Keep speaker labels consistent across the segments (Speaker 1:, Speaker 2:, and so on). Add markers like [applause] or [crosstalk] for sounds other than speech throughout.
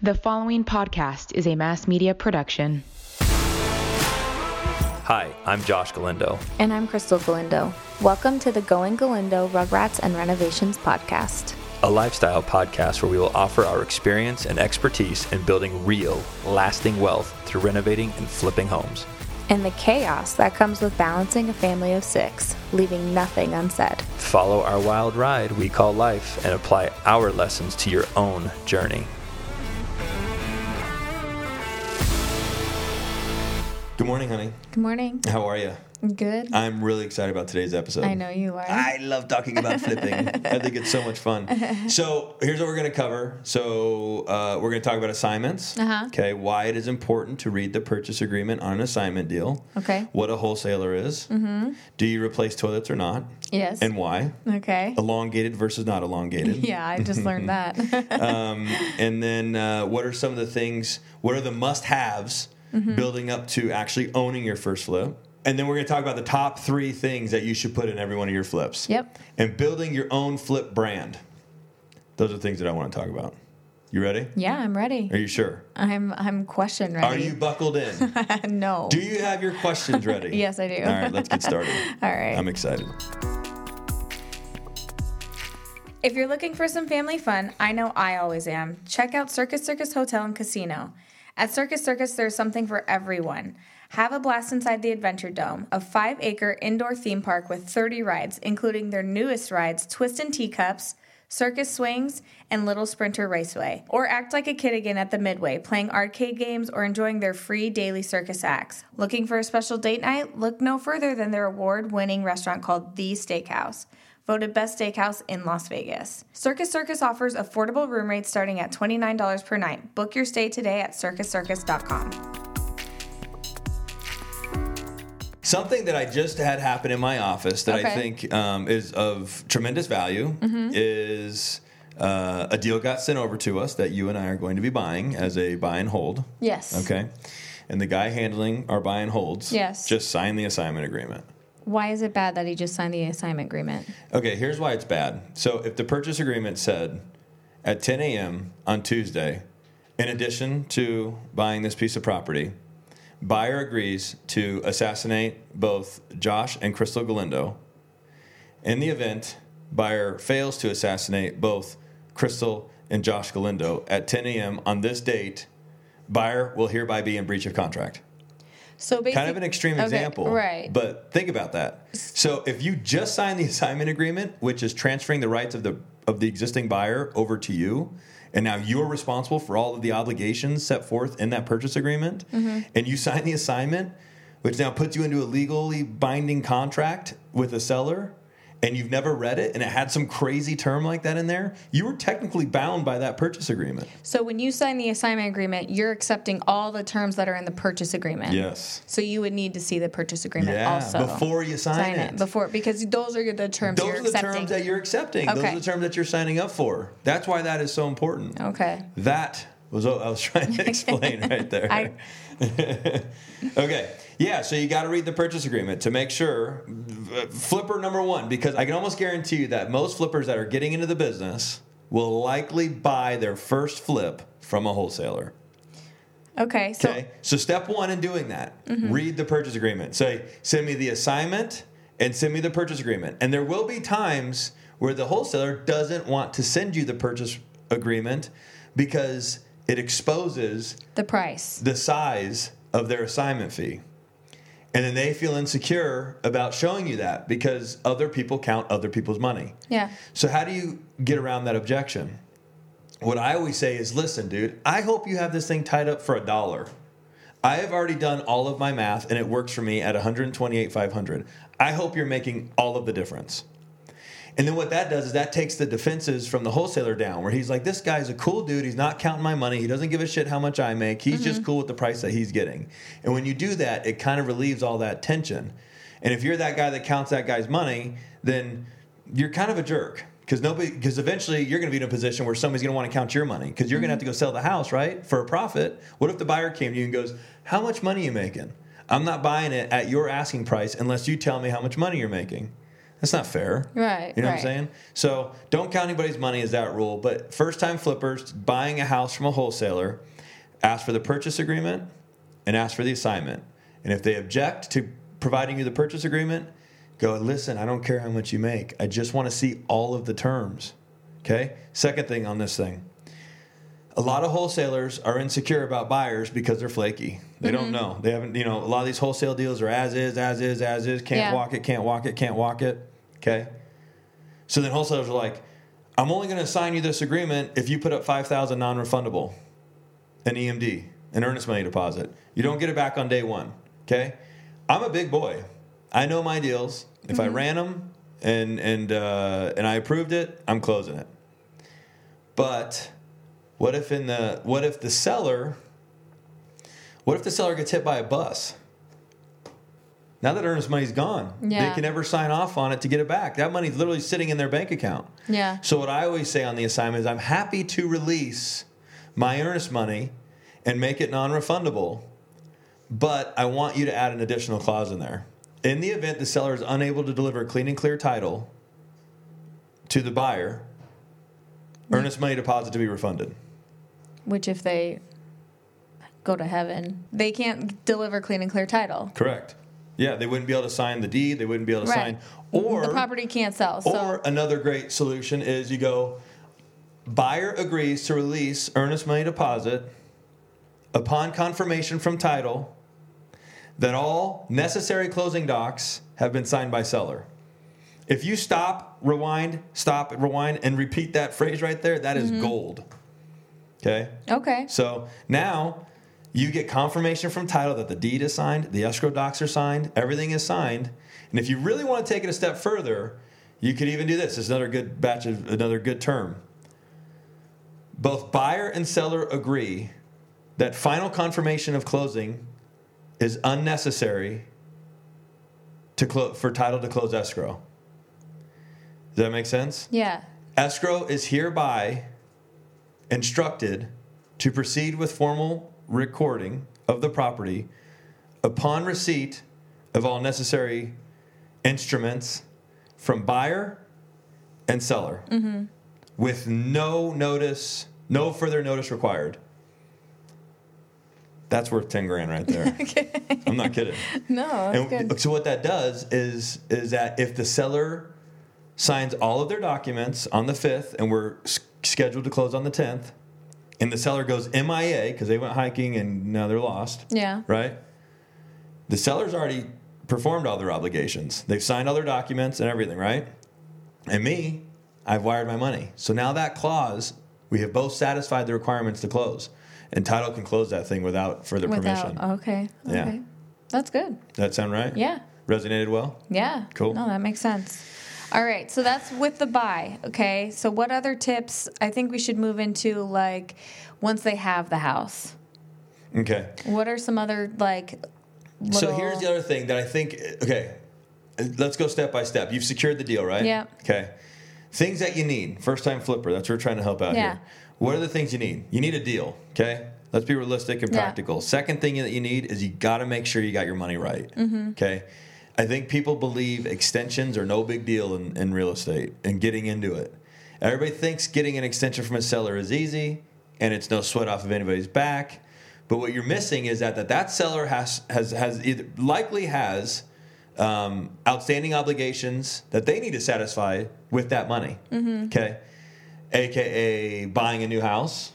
Speaker 1: The following podcast is a mass media production.
Speaker 2: Hi, I'm Josh Galindo.
Speaker 3: And I'm Crystal Galindo. Welcome to the Going Galindo Rugrats and Renovations podcast.
Speaker 2: a lifestyle podcast where we will offer our experience and expertise in building real, lasting wealth through renovating and flipping homes.
Speaker 3: And the chaos that comes with balancing a family of six, leaving nothing unsaid.
Speaker 2: Follow our wild ride we call life and apply our lessons to your own journey.
Speaker 4: Good morning, honey.
Speaker 3: Good morning.
Speaker 4: How are
Speaker 3: [laughs]
Speaker 4: you?
Speaker 3: Good.
Speaker 4: I'm really excited about today's episode.
Speaker 3: I know you are.
Speaker 4: I love talking
Speaker 3: [laughs]
Speaker 4: about flipping. I think it's so much fun. So here's what we're going to cover. So uh, we're going to talk about assignments.
Speaker 3: Uh-huh.
Speaker 4: Okay, why it is important to read the purchase agreement on an assignment deal.
Speaker 3: Okay.
Speaker 4: What a wholesaler is. Mm-hmm. Do you replace toilets or not?
Speaker 3: Yes.
Speaker 4: And why?
Speaker 3: okay.
Speaker 4: Oh. Elongated versus not elongated.
Speaker 3: [laughs] Yeah, I just
Speaker 4: [laughs]
Speaker 3: learned that. [laughs]
Speaker 4: um, and then uh, what are some of the things what are the must-haves
Speaker 3: Mm-hmm.
Speaker 4: building up to actually owning your first flip and then we're going to talk about the top three things that you should put in every one of your flips
Speaker 3: Yep.
Speaker 4: and building your own flip brand those are things that i want to talk about you ready
Speaker 3: yeah, I'm ready.
Speaker 4: are you sure
Speaker 3: I'm I'm question
Speaker 4: are
Speaker 3: ready.
Speaker 4: you buckled in
Speaker 3: [laughs] no.
Speaker 4: do you have your
Speaker 3: [laughs]
Speaker 4: questions ready
Speaker 3: Yes, I do.
Speaker 4: all right let's get started
Speaker 3: [laughs] All right.
Speaker 4: i'm excited
Speaker 5: If you're looking for some family fun, I know I always am. Check out Circus Circus Hotel and Casino. At Circus Circus, there's something for everyone. Have a blast inside the Adventure Dome, a five acre indoor theme park with 30 rides, including their newest rides, Twist and Teacups, Circus Swings, and Little Sprinter Raceway. Or act like a kid again at the Midway, playing arcade games or enjoying their free daily circus acts. Looking for a special date night? Look no further than their award winning restaurant called The Steakhouse, voted best steakhouse in Las Vegas. Circus Circus offers affordable room rates starting at $29 per night. Book your stay today at circuscircus.com.
Speaker 4: Something that I just had happen in my office that I
Speaker 3: Okay. Mm-hmm.
Speaker 4: think um, is of tremendous value is uh, a deal got sent over to us that you and I are going to be buying as a buy and hold.
Speaker 3: yes.
Speaker 4: Okay. And the guy handling our buy and holds
Speaker 3: Yes.
Speaker 4: just signed the assignment agreement.
Speaker 3: Why is it bad that he just signed the assignment agreement?
Speaker 4: Okay, here's why it's bad. So if the purchase agreement said at 10 a.m. on Tuesday, in addition to buying this piece of property, buyer agrees to assassinate both Josh and Crystal Galindo. In the event, buyer fails to assassinate both Crystal and Josh Galindo at 10 a.m. on this date, buyer will hereby be in breach of contract
Speaker 3: So basically,
Speaker 4: kind of an extreme example.
Speaker 3: Right.
Speaker 4: But think about that. So if you just sign the assignment agreement, which is transferring the rights of the of the existing buyer over to you, and now you're responsible for all of the obligations set forth in that purchase agreement, and you sign the assignment, which now puts you into a legally binding contract with a seller. And you've never read it, and it had some crazy term like that in there. You were technically bound by that purchase agreement.
Speaker 3: so when you sign the assignment agreement, you're accepting all the terms that are in the purchase agreement.
Speaker 4: Yes.
Speaker 3: So you would need to see the purchase agreement
Speaker 4: Yeah.
Speaker 3: also
Speaker 4: before you sign,
Speaker 3: sign it before because those are the terms
Speaker 4: Those
Speaker 3: you're
Speaker 4: are the
Speaker 3: accepting.
Speaker 4: terms that you're accepting. Those
Speaker 3: Okay.
Speaker 4: are the terms that you're signing up for. That's why that is so important.
Speaker 3: okay.
Speaker 4: That was what I was [laughs] trying to explain
Speaker 3: [laughs]
Speaker 4: right there.
Speaker 3: I-
Speaker 4: [laughs] okay. Yeah, so you got to read the purchase agreement to make sure. Flipper number one, because I can almost guarantee you that most flippers that are getting into the business will likely buy their first flip from a wholesaler.
Speaker 5: Okay, so
Speaker 4: Okay. So step one in doing that, read the purchase agreement. Say, send me the assignment and send me the purchase agreement. And there will be times where the wholesaler doesn't want to send you the purchase agreement because it exposes
Speaker 3: The price.
Speaker 4: the size of their assignment fee. And then they feel insecure about showing you that because other people count other people's money.
Speaker 3: Yeah.
Speaker 4: So how do you get around that objection? What I always say is, listen, dude, I hope you have this thing tied up for a dollar. I have already done all of my math and it works for me at 128,500. I hope you're making all of the difference. And then what that does is that takes the defenses from the wholesaler down, where he's like, this guy's a cool dude. He's not counting my money. He doesn't give a shit how much I make. He's just cool with the price that he's getting. And when you do that, it kind of relieves all that tension. And if you're that guy that counts that guy's money, then you're kind of a jerk. Because nobody, because eventually you're going to be in a position where somebody's going to want to count your money because you're going to have to go sell the house, right, for a profit. What if the buyer came to you and goes, "How much money are you making? I'm not buying it at your asking price unless you tell me how much money you're making." That's not fair.
Speaker 5: Right,
Speaker 4: You know what I'm
Speaker 5: right.
Speaker 4: saying? So don't count anybody's money as that rule. But first time flippers buying a house from a wholesaler, ask for the purchase agreement and ask for the assignment. And if they object to providing you the purchase agreement, go, listen, I don't care how much you make. I just want to see all of the terms. Okay? Second thing on this thing. A lot of wholesalers are insecure about buyers because they're flaky. They don't know. They haven't, you know, a lot of these wholesale deals are as is, as is, as is, can't
Speaker 5: Yeah.
Speaker 4: walk it, can't walk it, can't walk it. Okay? So then wholesalers are like, I'm only going to sign you this agreement if you put up 5,000 non-refundable, an EMD, an earnest money deposit. You don't get it back on day one. Okay, I'm a big boy. I know my deals. If I ran them and and uh, and I approved it, I'm closing it. But what if in the what if the seller what if the seller gets hit by a bus? Now that earnest money's gone,
Speaker 5: Yeah.
Speaker 4: they can never sign off on it to get it back. That money's literally sitting in their bank account.
Speaker 5: Yeah.
Speaker 4: So what I always say on the assignment is I'm happy to release my earnest money and make it non-refundable, but I want you to add an additional clause in there. In the event the seller is unable to deliver clean and clear title to the buyer, earnest money deposit to be refunded.
Speaker 5: Which, if they go to heaven, they can't deliver clean and clear title.
Speaker 4: Correct. Yeah, they wouldn't be able to sign the deed. They wouldn't be able to
Speaker 5: Right.
Speaker 4: sign. Or
Speaker 5: the property can't sell. So
Speaker 4: Or another great solution is you go, buyer agrees to release earnest money deposit upon confirmation from title that all necessary closing docs have been signed by seller. If you stop, rewind, stop, rewind, and repeat that phrase right there, that is gold. Okay?
Speaker 5: okay,
Speaker 4: So now you get confirmation from title that the deed is signed, the escrow docs are signed, everything is signed. And if you really want to take it a step further, you could even do this. It's another good batch of another good term. Both buyer and seller agree that final confirmation of closing is unnecessary to clo- for title to close escrow. Does that make sense?
Speaker 5: yeah,
Speaker 4: Escrow is hereby instructed to proceed with formal recording of the property upon receipt of all necessary instruments from buyer and seller
Speaker 5: Mm-hmm.
Speaker 4: with no notice, no further notice required. That's worth 10 grand right
Speaker 5: [laughs]
Speaker 4: there. I'm not kidding.
Speaker 5: no, that's
Speaker 4: And
Speaker 5: good.
Speaker 4: so what that does is is that if the seller signs all of their documents on the fifth, and we're s- scheduled to close on the tenth, and the seller goes MIA because they went hiking and now they're lost,
Speaker 5: yeah,
Speaker 4: right? The seller's already performed all their obligations. They've signed all their documents and everything, right? And me, I've wired my money. So now that clause, we have both satisfied the requirements to close, and title can close that thing without further
Speaker 5: without
Speaker 4: permission.
Speaker 5: okay, okay,
Speaker 4: Yeah.
Speaker 5: that's good.
Speaker 4: that sound right?
Speaker 5: Yeah,
Speaker 4: Resonated well.
Speaker 5: yeah,
Speaker 4: Cool.
Speaker 5: No, that makes sense. All right, so that's with the buy. Okay, so what other tips? I think we should move into like once they have the house.
Speaker 4: Okay.
Speaker 5: What are some other like? Little,
Speaker 4: So here's the other thing that I think. Okay, let's go step by step. You've secured the deal, right?
Speaker 5: Yep.
Speaker 4: Okay. Things that you need. First time flipper. That's what we're trying to help out
Speaker 5: Yeah.
Speaker 4: here. What are the things you need? You need a deal. Okay. Let's be realistic and
Speaker 5: Yeah.
Speaker 4: practical. Second thing that you need is you got to make sure you got your money right. Okay. I think people believe extensions are no big deal in, in real estate and getting into it. Everybody thinks getting an extension from a seller is easy and it's no sweat off of anybody's back. But what you're missing is that that, that seller has has has either, likely has um, outstanding obligations that they need to satisfy with that money. Okay, aka buying a new house,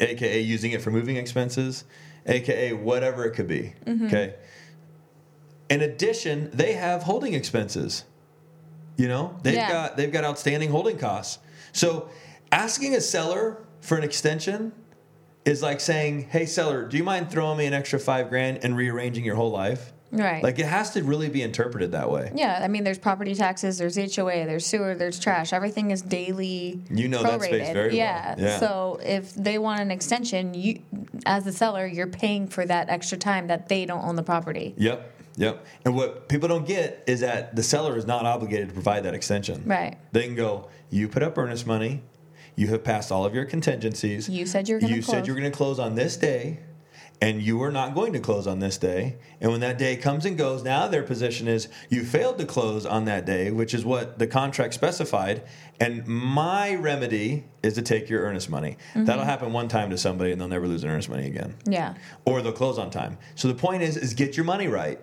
Speaker 4: aka using it for moving expenses, aka whatever it could be.
Speaker 5: Mm-hmm.
Speaker 4: Okay. In addition, they have holding expenses. You know, they've
Speaker 5: Yeah.
Speaker 4: got they've got outstanding holding costs. So, asking a seller for an extension is like saying, "Hey seller, do you mind throwing me an extra 5 grand and rearranging your whole life?"
Speaker 5: right.
Speaker 4: Like it has to really be interpreted that way.
Speaker 5: yeah, I mean, there's property taxes, there's HOA, there's sewer, there's trash. Everything is daily.
Speaker 4: You know that space
Speaker 5: prorated.
Speaker 4: very well.
Speaker 5: yeah.
Speaker 4: Yeah.
Speaker 5: So if they want an extension, you, as the seller, you're paying for that extra time that they don't own the property.
Speaker 4: Yep. Yep. And what people don't get is that the seller is not obligated to provide that extension.
Speaker 5: Right.
Speaker 4: They can go, you put up earnest money, you have passed all of your contingencies.
Speaker 5: You said you were gonna
Speaker 4: You said
Speaker 5: close."
Speaker 4: you were going to close on this day, and you are not going to close on this day. And when that day comes and goes, now their position is you failed to close on that day, which is what the contract specified. And my remedy is to take your earnest money.
Speaker 5: Mm-hmm.
Speaker 4: That'll happen one time to somebody, and they'll never lose their earnest money again
Speaker 5: Yeah.
Speaker 4: or they'll close on time. So the point is, is get your money right.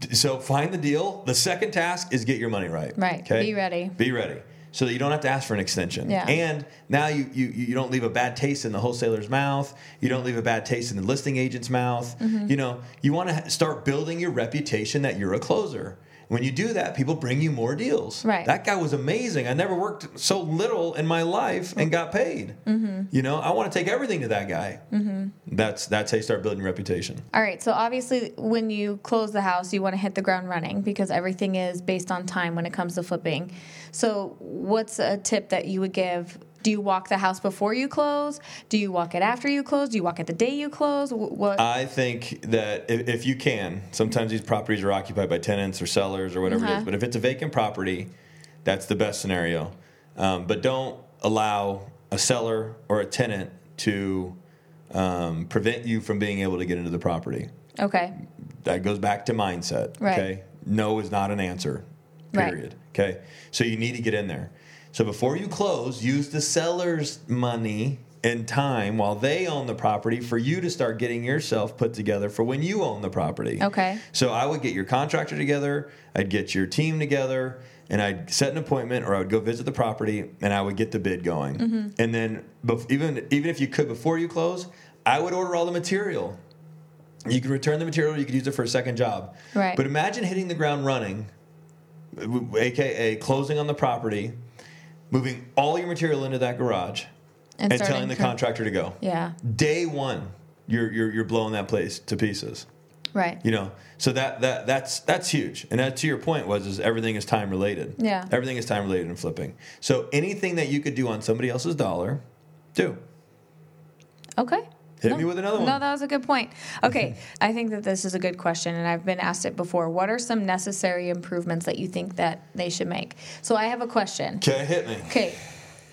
Speaker 4: D- So find the deal. The second task is get your money right.
Speaker 5: Right. Be ready.
Speaker 4: Be ready. So that you don't have to ask for an extension.
Speaker 5: Yeah.
Speaker 4: And now you, you you don't leave a bad taste in the wholesaler's mouth. You don't leave a bad taste in the listing agent's mouth.
Speaker 5: Mm-hmm.
Speaker 4: You know, you want to start building your reputation that you're a closer. When you do that, people bring you more deals.
Speaker 5: Right.
Speaker 4: That guy was amazing. I never worked so little in my life and got paid.
Speaker 5: Mm-hmm.
Speaker 4: You know, I want to take everything to that guy. That's that's how you start building reputation.
Speaker 5: All right. So obviously, when you close the house, you want to hit the ground running because everything is based on time when it comes to flipping. So, what's a tip that you would give? Do you walk the house before you close? Do you walk it after you close? Do you walk it the day you close? Wh- What?
Speaker 4: I think that if, if you can, sometimes these properties are occupied by tenants or sellers or whatever it
Speaker 5: Uh-huh.
Speaker 4: is. But if it's a vacant property, that's the best scenario. Um, but don't allow a seller or a tenant to um, prevent you from being able to get into the property.
Speaker 5: okay.
Speaker 4: that goes back to mindset.
Speaker 5: Right.
Speaker 4: Okay. No is not an answer.
Speaker 5: Right.
Speaker 4: Period. Okay. So you need to get in there. So before you close, use the seller's money and time while they own the property for you to start getting yourself put together for when you own the property.
Speaker 5: Okay.
Speaker 4: So I would get your contractor together, I'd get your team together, and I'd set an appointment or I would go visit the property and I would get the bid going.
Speaker 5: Mm-hmm.
Speaker 4: And then bef- even even if you could before you close, I would order all the material. You could return the material, you could use it for a second job.
Speaker 5: Right.
Speaker 4: But imagine hitting the ground running, w- aka closing on the property, moving all your material into that garage, and,
Speaker 5: starting
Speaker 4: telling the
Speaker 5: to-
Speaker 4: contractor to go.
Speaker 5: Yeah.
Speaker 4: Day one, you're, you're you're blowing that place to pieces
Speaker 5: Right.
Speaker 4: you know so that that that's that's huge and that, to your point was is everything is time related
Speaker 5: Yeah.
Speaker 4: everything is time related in flipping so anything that you could do on somebody else's dollar do
Speaker 5: Okay.
Speaker 4: Hit me with another one.
Speaker 5: No, that was a good point. Okay, [laughs] I think that this is a good question, and I've been asked it before. What are some necessary improvements that you think that they should make? So I have a question.
Speaker 4: okay hit me
Speaker 5: Okay.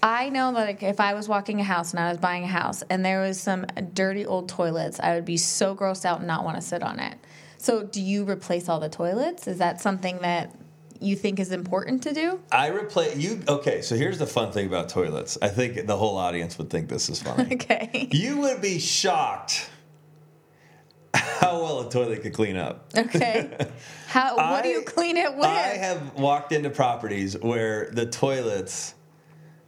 Speaker 5: I know that like, if I was walking a house and I was buying a house and there was some dirty old toilets, I would be so grossed out and not want to sit on it. So, do you replace all the toilets? Is that something that you think is important to do?
Speaker 4: i replace you okay so here's the fun thing about toilets i think the whole audience would think this is funny
Speaker 5: [laughs] Okay.
Speaker 4: you would be shocked how well a toilet could clean up
Speaker 5: Okay. How? What do
Speaker 4: I-
Speaker 5: you clean it with?
Speaker 4: I have walked into properties where the toilets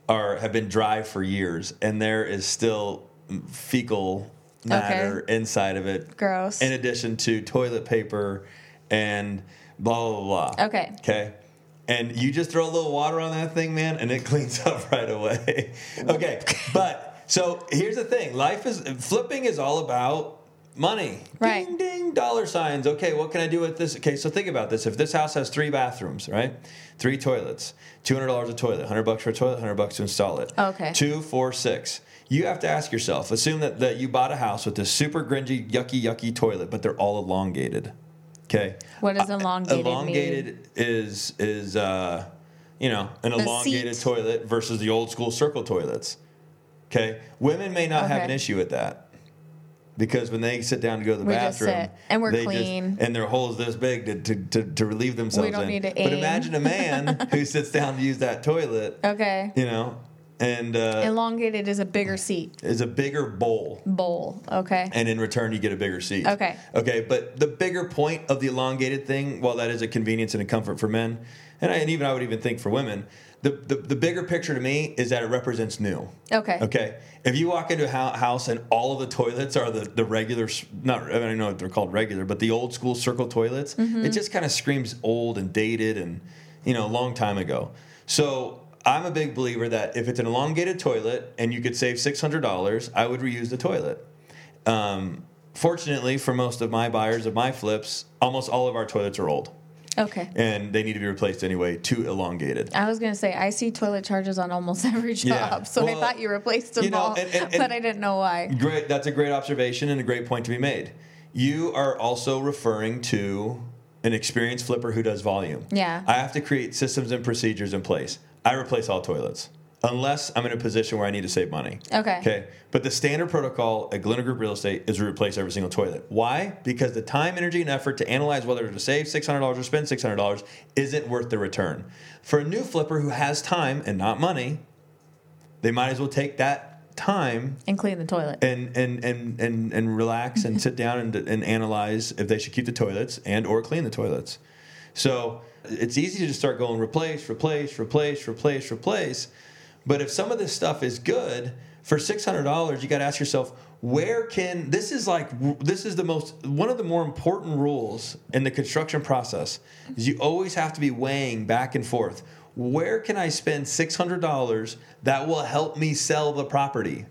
Speaker 4: are have been dry for years, and there is still fecal matter inside of it.
Speaker 5: Gross.
Speaker 4: In addition to toilet paper and blah blah blah.
Speaker 5: Okay.
Speaker 4: Okay. And you just throw a little water on that thing, man, and it [laughs] cleans up right away. [laughs] okay. But so here's the thing life is flipping is all about money.
Speaker 5: Right.
Speaker 4: Ding, ding, dollar signs. Okay, what can I do with this? Okay, so think about this. If this house has three bathrooms, right? Three toilets, $200 a toilet, 100 bucks for a toilet, 100 bucks to install it.
Speaker 5: Okay.
Speaker 4: Two, four, six. You have to ask yourself assume that, that you bought a house with this super grungy, yucky, yucky toilet, but they're all elongated. Okay
Speaker 5: What does elongated,
Speaker 4: elongated
Speaker 5: mean?
Speaker 4: is is uh, you know an elongated
Speaker 5: seat.
Speaker 4: toilet versus the old school circle toilets. Okay, women may not have
Speaker 5: Okay.
Speaker 4: an issue with that because when they sit down to go to the
Speaker 5: We just
Speaker 4: bathroom,
Speaker 5: sit, and we're
Speaker 4: they just-
Speaker 5: clean.
Speaker 4: and their hole is this big to, to, to, to relieve themselves.
Speaker 5: don't
Speaker 4: in.
Speaker 5: need to
Speaker 4: but
Speaker 5: aim.
Speaker 4: imagine a
Speaker 5: [laughs]
Speaker 4: man who sits down to use that toilet.
Speaker 5: Okay.
Speaker 4: You know, and uh,
Speaker 5: Elongated is a bigger seat
Speaker 4: is a bigger bowl
Speaker 5: bowl. Okay.
Speaker 4: and in return you get a bigger seat.
Speaker 5: Okay.
Speaker 4: Okay, but the bigger point of the elongated thing, while that is a convenience and a comfort for men, and, I, and even I would even think for women, the, the the bigger picture to me is that it represents new.
Speaker 5: Okay.
Speaker 4: Okay. If you walk into a hou- house and all of the toilets are the the regular, s- not I don't even know if they're called regular, but the old school circle toilets, it just kind of screams old and dated and you know a long time ago. So. I'm a big believer that if it's an elongated toilet and you could save $600, I would reuse the toilet um, fortunately for most of my buyers of my flips, almost all of our toilets are old
Speaker 5: Okay.
Speaker 4: and they need to be replaced anyway, too elongated.
Speaker 5: I was gonna say I see toilet charges on almost [laughs] every job,
Speaker 4: Yeah.
Speaker 5: so I
Speaker 4: Well,
Speaker 5: thought you replaced them
Speaker 4: you know,
Speaker 5: all,
Speaker 4: and- and- and-
Speaker 5: but I didn't know why.
Speaker 4: Great, that's a great observation and a great point to be made. You are also referring to an experienced flipper who does volume.
Speaker 5: Yeah.
Speaker 4: I have to create systems and procedures in place. I replace all toilets. unless I'm in a position where I need to save money.
Speaker 5: Okay.
Speaker 4: Okay. But the standard protocol at Glen Group Real Estate is to replace every single toilet. Why? Because the time, energy, and effort to analyze whether to save $600 or spend $600 isn't worth the return. For a new flipper who has time and not money, they might as well take that time
Speaker 5: And clean the toilet.
Speaker 4: and and and and, and relax and sit down and, and analyze if they should keep the toilets and or clean the toilets. So it's easy to just start going replace, replace, replace, replace, replace. But if some of this stuff is good for six hundred dollars, you got to ask yourself where can this is like this is the most one of the more important rules in the construction process is you always have to be weighing back and forth where can i spend $600 that will help me sell the property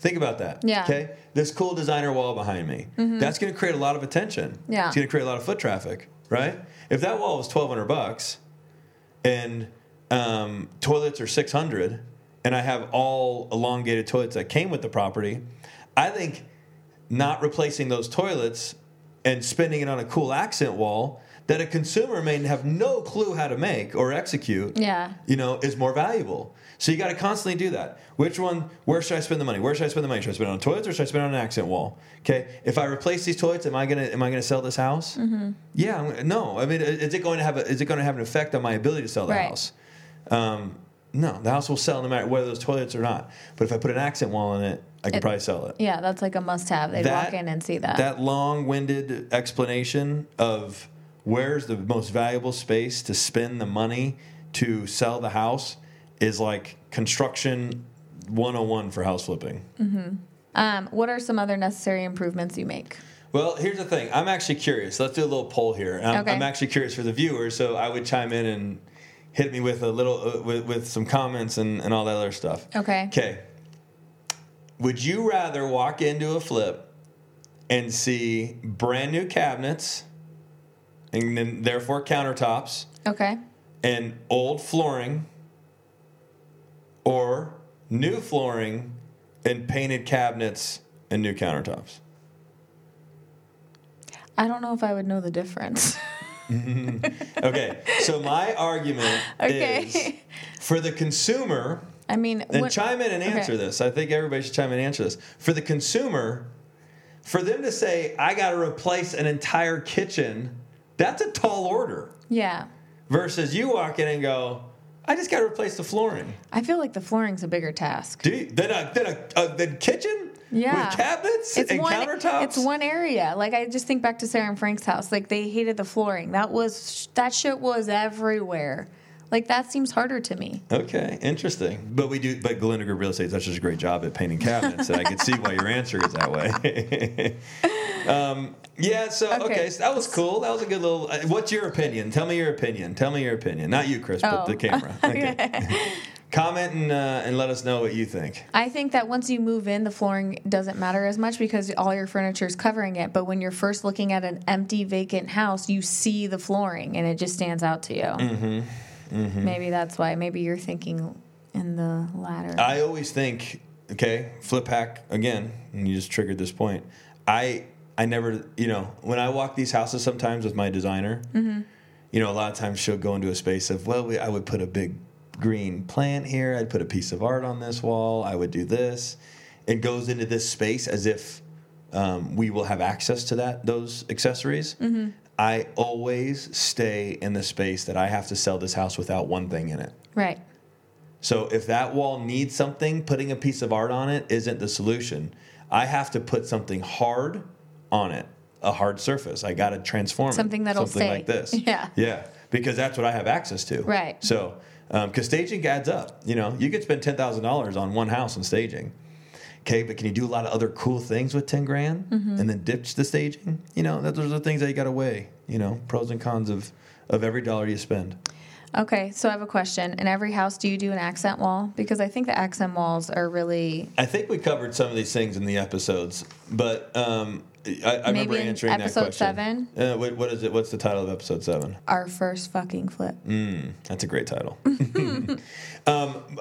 Speaker 4: Think about that.
Speaker 5: Yeah.
Speaker 4: Okay. This cool designer wall behind me. That's going to create a lot of attention.
Speaker 5: Yeah.
Speaker 4: It's going to create a lot of foot traffic, right? If that wall was twelve hundred bucks, and um, toilets are six hundred, and I have all elongated toilets that came with the property, I think not replacing those toilets and spending it on a cool accent wall that a consumer may have no clue how to make or execute
Speaker 5: Yeah.
Speaker 4: you know, is more valuable. So you got to constantly do that. Which one? Where should I spend the money? Where should I spend the money? Should I spend it on toilets or should I spend it on an accent wall? Okay. If I replace these toilets, am I gonna am I gonna sell this house? Mm-hmm. Yeah. I'm- No. I mean, is it going to have a, is it going to have an effect on my ability to sell the
Speaker 5: Right.
Speaker 4: house? Um, no. The house will sell no matter whether those toilets or not. But if I put an accent wall in it, I can probably sell it.
Speaker 5: Yeah, that's like a must have. They'd walk in and see that.
Speaker 4: That long-winded explanation of where's the most valuable space to spend the money to sell the house is like construction 101 for house flipping.
Speaker 5: Um, what are some other necessary improvements you make?
Speaker 4: Well, here's the thing. I'm actually curious. Let's do a little poll here. I'm,
Speaker 5: Okay.
Speaker 4: I'm actually curious for the viewers, so I would chime in and hit me with a little uh, with, with some comments and, and all that other stuff.
Speaker 5: Okay.
Speaker 4: Okay. Would you rather walk into a flip and see brand new cabinets and then therefore countertops
Speaker 5: Okay.
Speaker 4: and old flooring or new flooring and painted cabinets and new countertops?
Speaker 5: I don't know if I would know the difference. [laughs]
Speaker 4: Okay. so my argument
Speaker 5: Okay.
Speaker 4: is for the consumer
Speaker 5: [laughs] I mean,
Speaker 4: And
Speaker 5: what-
Speaker 4: chime in and answer
Speaker 5: okay.
Speaker 4: this. I think everybody should chime in and answer this. For the consumer, for them to say, I got to replace an entire kitchen, that's a tall order.
Speaker 5: Yeah.
Speaker 4: Versus you walk in and go, I just got to replace the flooring.
Speaker 5: I feel like the flooring's a bigger task.
Speaker 4: Do you, then a, then a, a then kitchen
Speaker 5: Yeah.
Speaker 4: with cabinets and
Speaker 5: one,
Speaker 4: countertops?
Speaker 5: It's one area. Like I just think back to Sarah and Frank's house. Like they hated the flooring. That was that shit was everywhere. Like that seems harder to me.
Speaker 4: Okay, interesting. But we do, but Glendiger Real Estate does such a great job at painting cabinets that I could see why your answer is that way. [laughs] um, yeah, so okay.
Speaker 5: Okay.
Speaker 4: so that was cool. That was a good little. Uh, what's your opinion? Tell me your opinion. Tell me your opinion. Not you, Chris, but
Speaker 5: Oh,
Speaker 4: the camera. Okay. Comment and, uh, and let us know what you think.
Speaker 5: I think that once you move in, the flooring doesn't matter as much because all your furniture is covering it. But when you're first looking at an empty, vacant house, you see the flooring and it just stands out to you. Mm-hmm. Maybe that's why. Maybe you're thinking in the latter.
Speaker 4: I always think, okay, flip hack again, and you just triggered this point. I I never, you know, when I walk these houses sometimes with my designer, you know, a lot of times she'll go into a space of, well, we, I would put a big green plant here, I'd put a piece of art on this wall, I would do this. It goes into this space as if um, we will have access to that those accessories. I always stay in the space that I have to sell this house without one thing in it.
Speaker 5: right.
Speaker 4: So if that wall needs something, putting a piece of art on it isn't the solution. I have to put something hard on it, a hard surface. I got to transform
Speaker 5: Something
Speaker 4: it,
Speaker 5: that'll
Speaker 4: something
Speaker 5: stay.
Speaker 4: like this.
Speaker 5: [laughs] Yeah.
Speaker 4: yeah, because that's what I have access to.
Speaker 5: Right.
Speaker 4: So because staging adds up, you know, you could spend ten thousand dollars on one house in staging. Okay, but can you do a lot of other cool things with ten grand
Speaker 5: Mm-hmm.
Speaker 4: and then ditch the staging? You know, that, those are the things that you got to weigh. You know, pros and cons of of every dollar you spend.
Speaker 5: Okay, so I have a question. In every house, do you do an accent wall? Because I think the accent walls are really
Speaker 4: I think we covered some of these things in the episodes, but um, I, I remember
Speaker 5: Maybe in
Speaker 4: answering that
Speaker 5: episode
Speaker 4: question.
Speaker 5: seven?
Speaker 4: Uh, what, what is it? What's the title of episode seven?
Speaker 5: our first fucking flip.
Speaker 4: That's a great title. [laughs] um,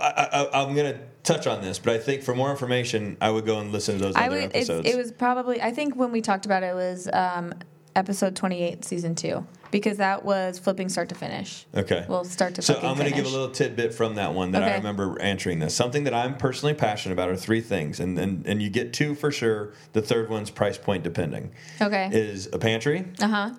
Speaker 4: I, I, I'm going to touch on this, but I think for more information, I would go and listen to those
Speaker 5: I
Speaker 4: other
Speaker 5: would. It's,
Speaker 4: episodes.
Speaker 5: it was probably. I think when we talked about it, it was um, episode 28, season two, because that was flipping start to finish.
Speaker 4: Okay.
Speaker 5: Well, start to
Speaker 4: So
Speaker 5: fucking
Speaker 4: I'm going to give a
Speaker 5: finish.
Speaker 4: little tidbit from that one that I
Speaker 5: Okay.
Speaker 4: remember answering this. Something that I'm personally passionate about are three things, and and, and you get two for sure. The third one's price point depending.
Speaker 5: Okay.
Speaker 4: Is a pantry.
Speaker 5: Uh huh.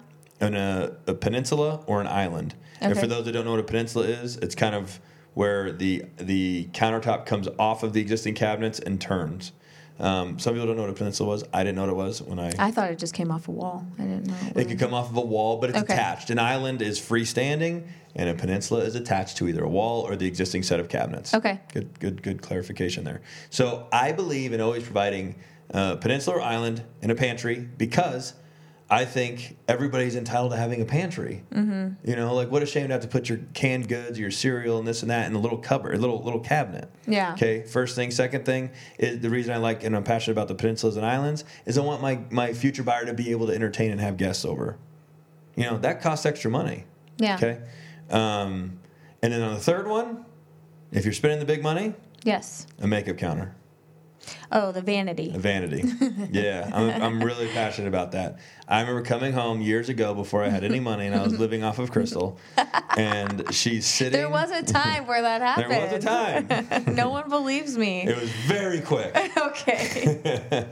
Speaker 4: on a, a peninsula or an island. And
Speaker 5: Okay.
Speaker 4: for those that don't know what a peninsula is, it's kind of where the the countertop comes off of the existing cabinets and turns. Um, some people don't know what a peninsula was. I didn't know what it was when I.
Speaker 5: I thought it just came off a wall. I didn't know.
Speaker 4: it could come off of a wall, but it's
Speaker 5: Okay.
Speaker 4: attached. An island is freestanding, and a peninsula is attached to either a wall or the existing set of cabinets.
Speaker 5: Okay.
Speaker 4: Good, good, good clarification there. So I believe in always providing uh, peninsula or island and a pantry because I think everybody's entitled to having a pantry. Mm-hmm. You know, like what a shame to have to put your canned goods, your cereal, and this and that in a little cupboard, little little cabinet.
Speaker 5: Yeah.
Speaker 4: Okay. First thing. Second thing is the reason I like and I'm passionate about the peninsulas and islands is I want my my future buyer to be able to entertain and have guests over. You know that costs extra money.
Speaker 5: Yeah.
Speaker 4: Okay. Um, and then on the third one, if you're spending the big money,
Speaker 5: Yes.
Speaker 4: a makeup counter,
Speaker 5: Oh, the vanity.
Speaker 4: a
Speaker 5: [laughs]
Speaker 4: vanity. yeah, I'm, I'm really passionate about that. I remember coming home years ago before I had any money and I was living off of Crystal, and she's sitting.
Speaker 5: There was a time where that
Speaker 4: [laughs] There
Speaker 5: happened.
Speaker 4: was a time.
Speaker 5: [laughs] no one believes me.
Speaker 4: [laughs] It was very quick.
Speaker 5: [laughs] okay.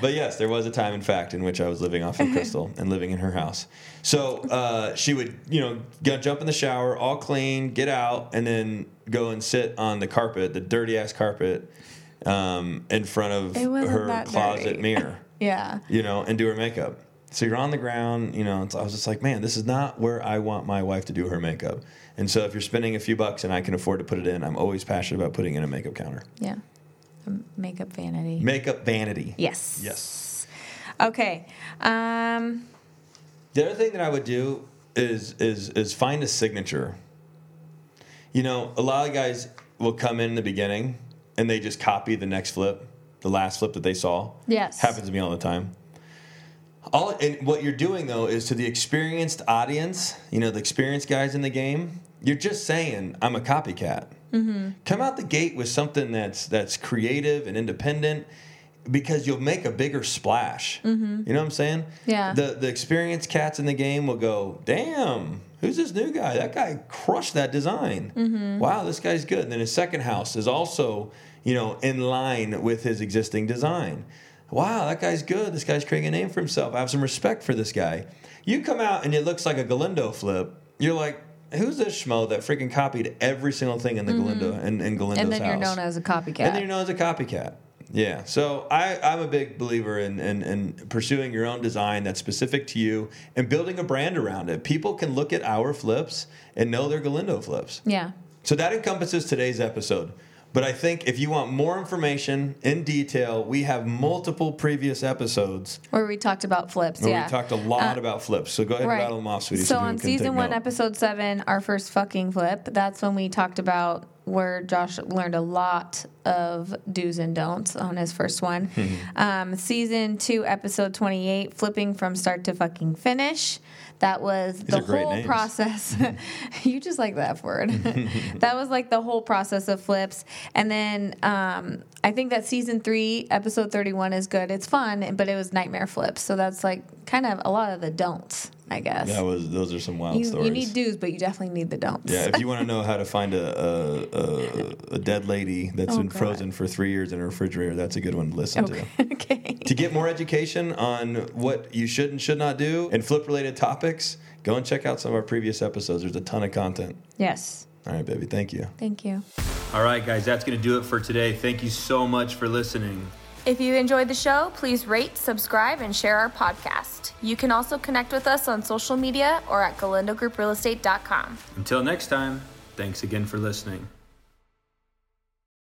Speaker 4: But yes, there was a time, in fact, in which I was living off of Crystal and living in her house. So uh, she would, you know, go, jump in the shower, all clean, get out, and then go and sit on the carpet, the dirty ass carpet, um, in front of
Speaker 5: It wasn't
Speaker 4: her
Speaker 5: that
Speaker 4: closet
Speaker 5: dirty.
Speaker 4: mirror,
Speaker 5: Yeah.
Speaker 4: you know, and do her makeup. So you're on the ground, you know. It's, I was just like, man, this is not where I want my wife to do her makeup. And so if you're spending a few bucks and I can afford to put it in, I'm always passionate about putting in a makeup counter,
Speaker 5: Yeah. Um, Makeup vanity.
Speaker 4: makeup vanity.
Speaker 5: yes.
Speaker 4: Yes.
Speaker 5: Okay. Um,
Speaker 4: The other thing that I would do is is is find a signature. You know, a lot of guys will come in, in the beginning and they just copy the next flip, the last flip that they saw.
Speaker 5: Yes.
Speaker 4: happens to me all the time. All and what you're doing though is to the experienced audience, you know, the experienced guys in the game. You're just saying, "I'm a copycat." Come out the gate with something that's that's creative and independent, because you'll make a bigger splash. You know what I'm saying?
Speaker 5: Mm-hmm. Yeah.
Speaker 4: The the experienced cats in the game will go, "Damn, who's this new guy? That guy crushed that design.
Speaker 5: Mm-hmm.
Speaker 4: Wow, this guy's good." And then his second house is also, you know, in line with his existing design. Wow, that guy's good. This guy's creating a name for himself. I have some respect for this guy. You come out and it looks like a Galindo flip. You're like, who's this schmo that freaking copied every single thing in the Galindo and in, Galindo's
Speaker 5: Mm-hmm. and then you're
Speaker 4: house?
Speaker 5: known as a copycat.
Speaker 4: And then you're known as a copycat. Yeah. So I, I'm a big believer in, in, in pursuing your own design that's specific to you and building a brand around it. People can look at our flips and know they're Galindo flips.
Speaker 5: yeah.
Speaker 4: So that encompasses today's episode. But I think if you want more information in detail, we have multiple previous episodes
Speaker 5: Where we talked about flips.
Speaker 4: where
Speaker 5: yeah. Uh,
Speaker 4: we talked a lot about flips. So go ahead and rattle them off, sweetie.
Speaker 5: So,
Speaker 4: people
Speaker 5: on
Speaker 4: can take
Speaker 5: season one,
Speaker 4: note.
Speaker 5: episode seven, our first fucking flip, that's when we talked about where Josh learned a lot of do's and don'ts on his
Speaker 4: [laughs]
Speaker 5: first one.
Speaker 4: Mm-hmm.
Speaker 5: um, season two, episode 28, flipping from start to fucking finish. That was the
Speaker 4: are great
Speaker 5: whole
Speaker 4: names.
Speaker 5: process. [laughs] you just like
Speaker 4: [laughs]
Speaker 5: that word. [laughs] that was like the whole process of flips. And then um, I think that season three, episode 31 is good. It's fun, but it was nightmare flips. So that's like kind of a lot of the don'ts, I guess.
Speaker 4: That was those are some wild
Speaker 5: You,
Speaker 4: stories.
Speaker 5: you need do's, but you definitely need the don'ts.
Speaker 4: Yeah, if you want to know how to find a a, a, a dead lady that's
Speaker 5: Oh,
Speaker 4: been
Speaker 5: God.
Speaker 4: frozen for three years in a refrigerator, that's a good one to listen to.
Speaker 5: [laughs] okay.
Speaker 4: To get more education on what you should and should not do and flip related topics, go and check out some of our previous episodes. There's a ton of content.
Speaker 5: Yes.
Speaker 4: All right, baby. Thank you.
Speaker 5: Thank you.
Speaker 2: All right, guys, that's going to do it for today. Thank you so much for listening.
Speaker 6: If you enjoyed the show, please rate, subscribe, and share our podcast. You can also connect with us on social media or at galindogrouprealestate.com.
Speaker 2: Until next time, thanks again for listening.